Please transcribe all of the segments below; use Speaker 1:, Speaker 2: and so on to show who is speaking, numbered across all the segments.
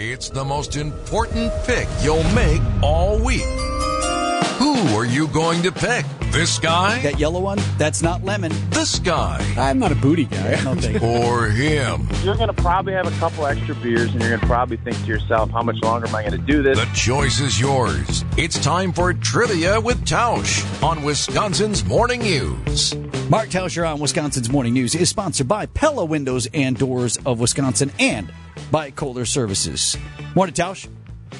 Speaker 1: It's the most important pick you'll make all week. Who are you going to pick? This guy?
Speaker 2: That yellow one? That's not lemon.
Speaker 1: This guy?
Speaker 2: I'm not a booty guy. No thank you.
Speaker 1: Or him?
Speaker 3: You're going to probably have a couple extra beers, and you're going to probably think to yourself, how much longer am I going to do this?
Speaker 1: The choice is yours. It's time for Trivia with Tausch on Wisconsin's Morning News.
Speaker 2: Mark Tauscher on Wisconsin's Morning News is sponsored by Pella Windows and Doors of Wisconsin and by Kohler Services. Morning, Tausch.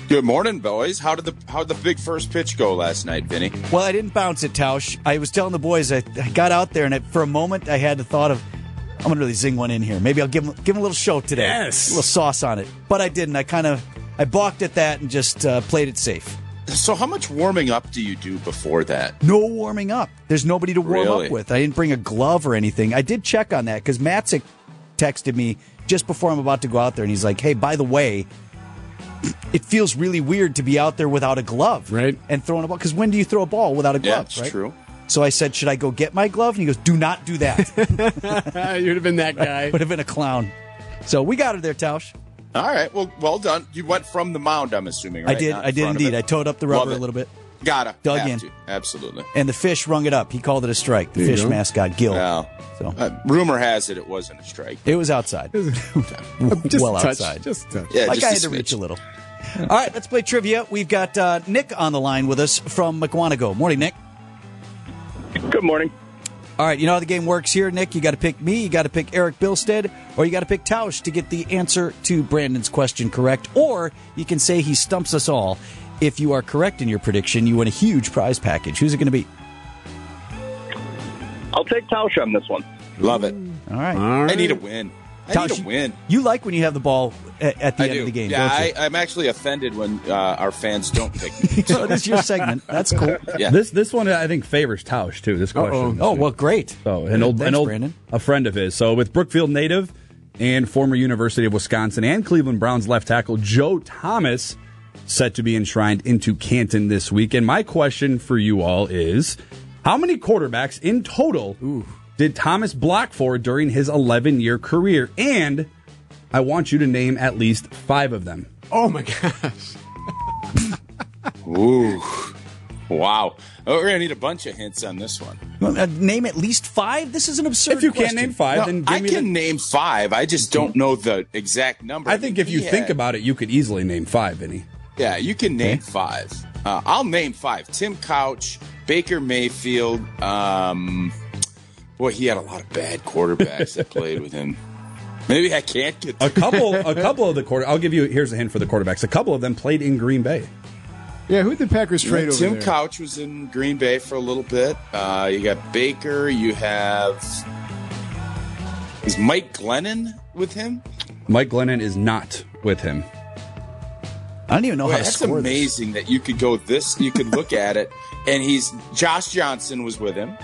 Speaker 4: Good morning, boys. How did the how did the big first pitch go last night, Vinny?
Speaker 2: Well, I didn't bounce it, Tausch. I was telling the boys I, I got out there, and I, for a moment, I had the thought of I'm gonna really zing one in here. Maybe I'll give him give him a little show today,
Speaker 5: Yes.
Speaker 2: a little sauce on it. But I didn't. I kind of I balked at that and just uh, played it safe.
Speaker 4: So, how much warming up do you do before that?
Speaker 2: No warming up. There's nobody to warm
Speaker 4: Really?
Speaker 2: up with. I didn't bring a glove or anything. I did check on that because Matzik texted me just before I'm about to go out there, and he's like, "Hey, by the way." It feels really weird to be out there without a glove,
Speaker 5: Right.
Speaker 2: And throwing a ball because when do you throw a ball without a glove?
Speaker 4: Yeah, it's
Speaker 2: right?
Speaker 4: true.
Speaker 2: So I said, "Should I go get my glove?" And he goes, "Do not do that."
Speaker 5: You'd have been that guy.
Speaker 2: Would have been a clown. So we got her there, Tausch.
Speaker 4: All right. Well, well done. You went from the mound. I'm assuming.
Speaker 2: I
Speaker 4: Right?
Speaker 2: did.
Speaker 4: Not
Speaker 2: I
Speaker 4: in
Speaker 2: did
Speaker 4: front of
Speaker 2: indeed.
Speaker 4: it.
Speaker 2: I towed up the
Speaker 4: Love
Speaker 2: rubber a
Speaker 4: it.
Speaker 2: little bit,
Speaker 4: Gotta
Speaker 2: Dug
Speaker 4: have
Speaker 2: in.
Speaker 4: to. Absolutely.
Speaker 2: and the fish rung it up. He called it a strike. The
Speaker 5: There you
Speaker 2: fish
Speaker 5: go.
Speaker 2: mascot, Gil.
Speaker 4: Wow.
Speaker 2: Oh. So
Speaker 4: Uh, rumor has it it wasn't a strike.
Speaker 2: it was outside.
Speaker 5: Just
Speaker 2: well
Speaker 5: a touch,
Speaker 2: outside.
Speaker 5: Just a touch.
Speaker 4: Yeah,
Speaker 2: like
Speaker 4: just
Speaker 2: I had to
Speaker 4: smidge.
Speaker 2: reach a little. All right, let's play trivia. We've got uh, Nick on the line with us from McWanago. Morning, Nick.
Speaker 3: Good morning.
Speaker 2: All right, you know how the game works here, Nick. You got to pick me, you got to pick Eric Bilstead, or you got to pick Tausch to get the answer to Brandon's question correct. Or you can say he stumps us all. If you are correct in your prediction, you win a huge prize package. Who's it going to be?
Speaker 3: I'll take Tausch on this one.
Speaker 4: Love it.
Speaker 2: All right.
Speaker 5: All right.
Speaker 4: I need a win. I
Speaker 2: Tausch,
Speaker 4: need a win.
Speaker 2: You, you like when you have the ball at, at the
Speaker 4: I
Speaker 2: end
Speaker 4: do.
Speaker 2: of the game,
Speaker 4: yeah,
Speaker 2: don't
Speaker 4: I,
Speaker 2: you?
Speaker 4: I'm actually offended when uh, our fans don't pick me.
Speaker 2: so it is your segment. That's cool.
Speaker 4: Yeah.
Speaker 6: This this one I think favors Tausch too. This question.
Speaker 2: Oh well, great.
Speaker 6: So an old,
Speaker 2: Thanks,
Speaker 6: an old
Speaker 2: Brandon.
Speaker 6: a friend of his. So with Brookfield native and former University of Wisconsin and Cleveland Browns left tackle Joe Thomas set to be enshrined into Canton this week. And my question for you all is: How many quarterbacks in total did Thomas block for during his 11 year career? And I want you to name at least five of them.
Speaker 5: Oh my gosh.
Speaker 4: Ooh. Wow. Oh, we're gonna need a bunch of hints on this one.
Speaker 2: Uh, name at least five. This is an absurd.
Speaker 6: If you
Speaker 2: question.
Speaker 6: can't name five,
Speaker 4: No,
Speaker 6: then give
Speaker 4: I
Speaker 6: me
Speaker 4: can
Speaker 6: the-
Speaker 4: name five. I just don't know the exact number.
Speaker 6: I think if
Speaker 4: he
Speaker 6: you
Speaker 4: had-
Speaker 6: think about it, you could easily name five, Vinny.
Speaker 4: yeah, you can name five. Uh, I'll name five: Tim Couch, Baker Mayfield. Um, boy, he had a lot of bad quarterbacks that played with him. Maybe I can't get.
Speaker 6: A couple, a couple of the quarter. I'll give you. Here's a hint for the quarterbacks. A couple of them played in Green Bay.
Speaker 5: Yeah, who did the Packers
Speaker 4: You know,
Speaker 5: trade over
Speaker 4: Tim
Speaker 5: there?
Speaker 4: Couch was in Green Bay for a little bit. Uh, you got Baker. You have is Mike Glennon with him?
Speaker 6: Mike Glennon is not with him.
Speaker 2: I don't even know
Speaker 4: Boy,
Speaker 2: how to
Speaker 4: that's
Speaker 2: score this.
Speaker 4: amazing that you could go this. You could look at it, and he's Josh Johnson was with him.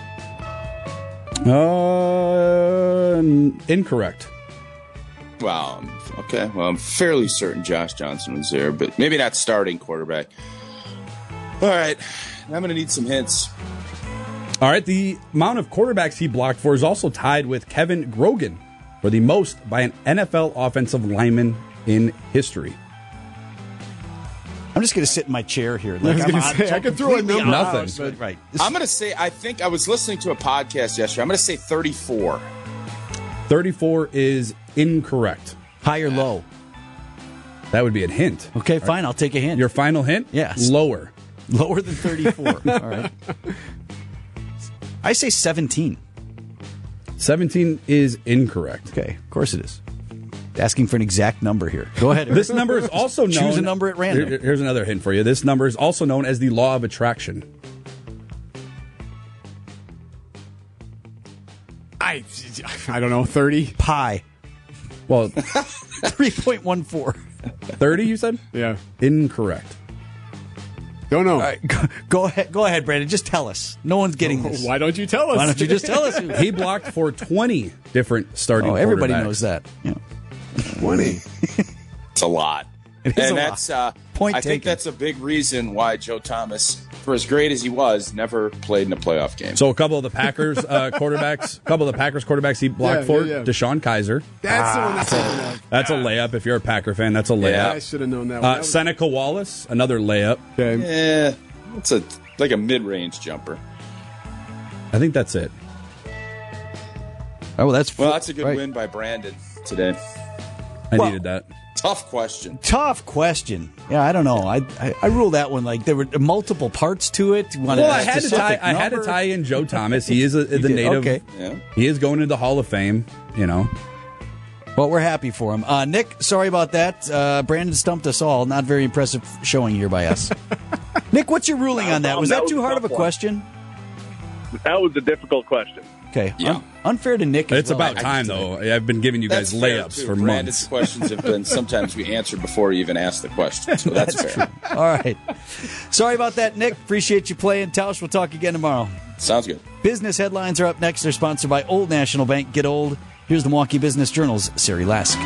Speaker 6: Uh, n- incorrect.
Speaker 4: Well, um, okay. Well, I'm fairly certain Josh Johnson was there, but maybe not starting quarterback. All right. I'm going to need some hints.
Speaker 6: All right. The amount of quarterbacks he blocked for is also tied with Kevin Grogan for the most by an NFL offensive lineman in history.
Speaker 2: I'm just going to sit in my chair here. Like,
Speaker 5: was
Speaker 2: I'm
Speaker 5: gonna
Speaker 2: out-
Speaker 5: say, I could throw a
Speaker 2: completely
Speaker 5: number
Speaker 2: out.
Speaker 6: out,
Speaker 2: But- Right.
Speaker 4: I'm going to say, I think I was listening to a podcast yesterday. I'm going to say 34.
Speaker 6: Thirty-four is incorrect.
Speaker 2: High or low?
Speaker 6: That would be a hint.
Speaker 2: Okay, fine. I'll take a hint.
Speaker 6: Your final hint?
Speaker 2: Yes.
Speaker 6: Lower.
Speaker 2: lower than 34. All right. I say 17.
Speaker 6: Seventeen is incorrect.
Speaker 2: Okay, of course it is. Asking for an exact number here. Go ahead.
Speaker 6: This number is also known.
Speaker 2: Choose a number at random.
Speaker 6: Here- here's another hint for you. This number is also known as the law of attraction.
Speaker 5: I, I don't know, 30?
Speaker 2: Pi.
Speaker 6: Well,
Speaker 2: 3.14.
Speaker 6: 30, you said?
Speaker 5: Yeah.
Speaker 6: Incorrect.
Speaker 5: Don't know.
Speaker 2: Go, go ahead. Go ahead, Brandon. Just tell us. No one's getting this.
Speaker 5: Why don't you tell us?
Speaker 2: Why don't you just tell us?
Speaker 6: He blocked for 20 different starting
Speaker 2: Oh, everybody
Speaker 6: quarterbacks.
Speaker 2: knows that. Yeah.
Speaker 4: It's a lot.
Speaker 2: It is
Speaker 4: and
Speaker 2: a lot.
Speaker 4: that's, Uh,
Speaker 2: Point
Speaker 4: I
Speaker 2: taken.
Speaker 4: think that's a big reason why Joe Thomas, for as great as he was, never played in a playoff game.
Speaker 6: So a couple of the Packers uh, quarterbacks, a couple of the Packers quarterbacks he blocked
Speaker 5: Yeah,
Speaker 6: for
Speaker 5: yeah, yeah.
Speaker 6: Deshaun Kaiser.
Speaker 5: That's the
Speaker 2: Ah.
Speaker 5: one that's thinking of.
Speaker 6: That's a layup. If you're a Packer fan, that's a
Speaker 5: I
Speaker 6: layup.
Speaker 5: should have known that one.
Speaker 6: Uh,
Speaker 5: That was-
Speaker 6: Seneca Wallace, another layup.
Speaker 5: okay.
Speaker 4: eh, it's a like a mid-range jumper.
Speaker 6: I think that's it.
Speaker 2: oh, well, that's
Speaker 4: Well, that's a good
Speaker 2: right.
Speaker 4: win by Brandon today.
Speaker 6: I
Speaker 2: Well-
Speaker 6: needed that.
Speaker 4: Tough question.
Speaker 2: Tough question. Yeah, I don't know. I, I I rule that one like there were multiple parts to it. You wanted
Speaker 6: Well,
Speaker 2: a
Speaker 6: I had to tie.
Speaker 2: specific
Speaker 6: I had to
Speaker 2: number.
Speaker 6: tie in Joe Thomas. He is a, the
Speaker 2: did,
Speaker 6: native.
Speaker 2: okay.
Speaker 4: Yeah.
Speaker 6: He is going into the Hall of Fame. You know,
Speaker 2: Well, we're happy for him. Uh, Nick, sorry about that. Uh, Brandon stumped us all. Not very impressive showing here by us. Nick, what's your ruling on that? Was
Speaker 7: That
Speaker 2: that
Speaker 7: was
Speaker 2: too
Speaker 7: a
Speaker 2: hard of
Speaker 7: tough
Speaker 2: a
Speaker 7: one.
Speaker 2: question?
Speaker 7: That was a difficult question.
Speaker 2: Okay. un-
Speaker 4: Yeah.
Speaker 2: unfair to Nick. as
Speaker 6: it's
Speaker 2: well,
Speaker 6: about
Speaker 2: I
Speaker 6: time
Speaker 2: think.
Speaker 6: though. I've been giving you guys
Speaker 4: fair,
Speaker 6: layups
Speaker 4: too.
Speaker 6: for
Speaker 4: Brandon's
Speaker 6: months.
Speaker 4: questions have been sometimes we answer before you even ask the question, so that's, fair.
Speaker 2: All right. Sorry about that, Nick. Appreciate you playing. Tausch, we'll talk again tomorrow.
Speaker 4: Sounds good.
Speaker 2: Business headlines are up next. They're sponsored by Old National Bank. Get old. Here's the Milwaukee Business Journal's Siri Lask.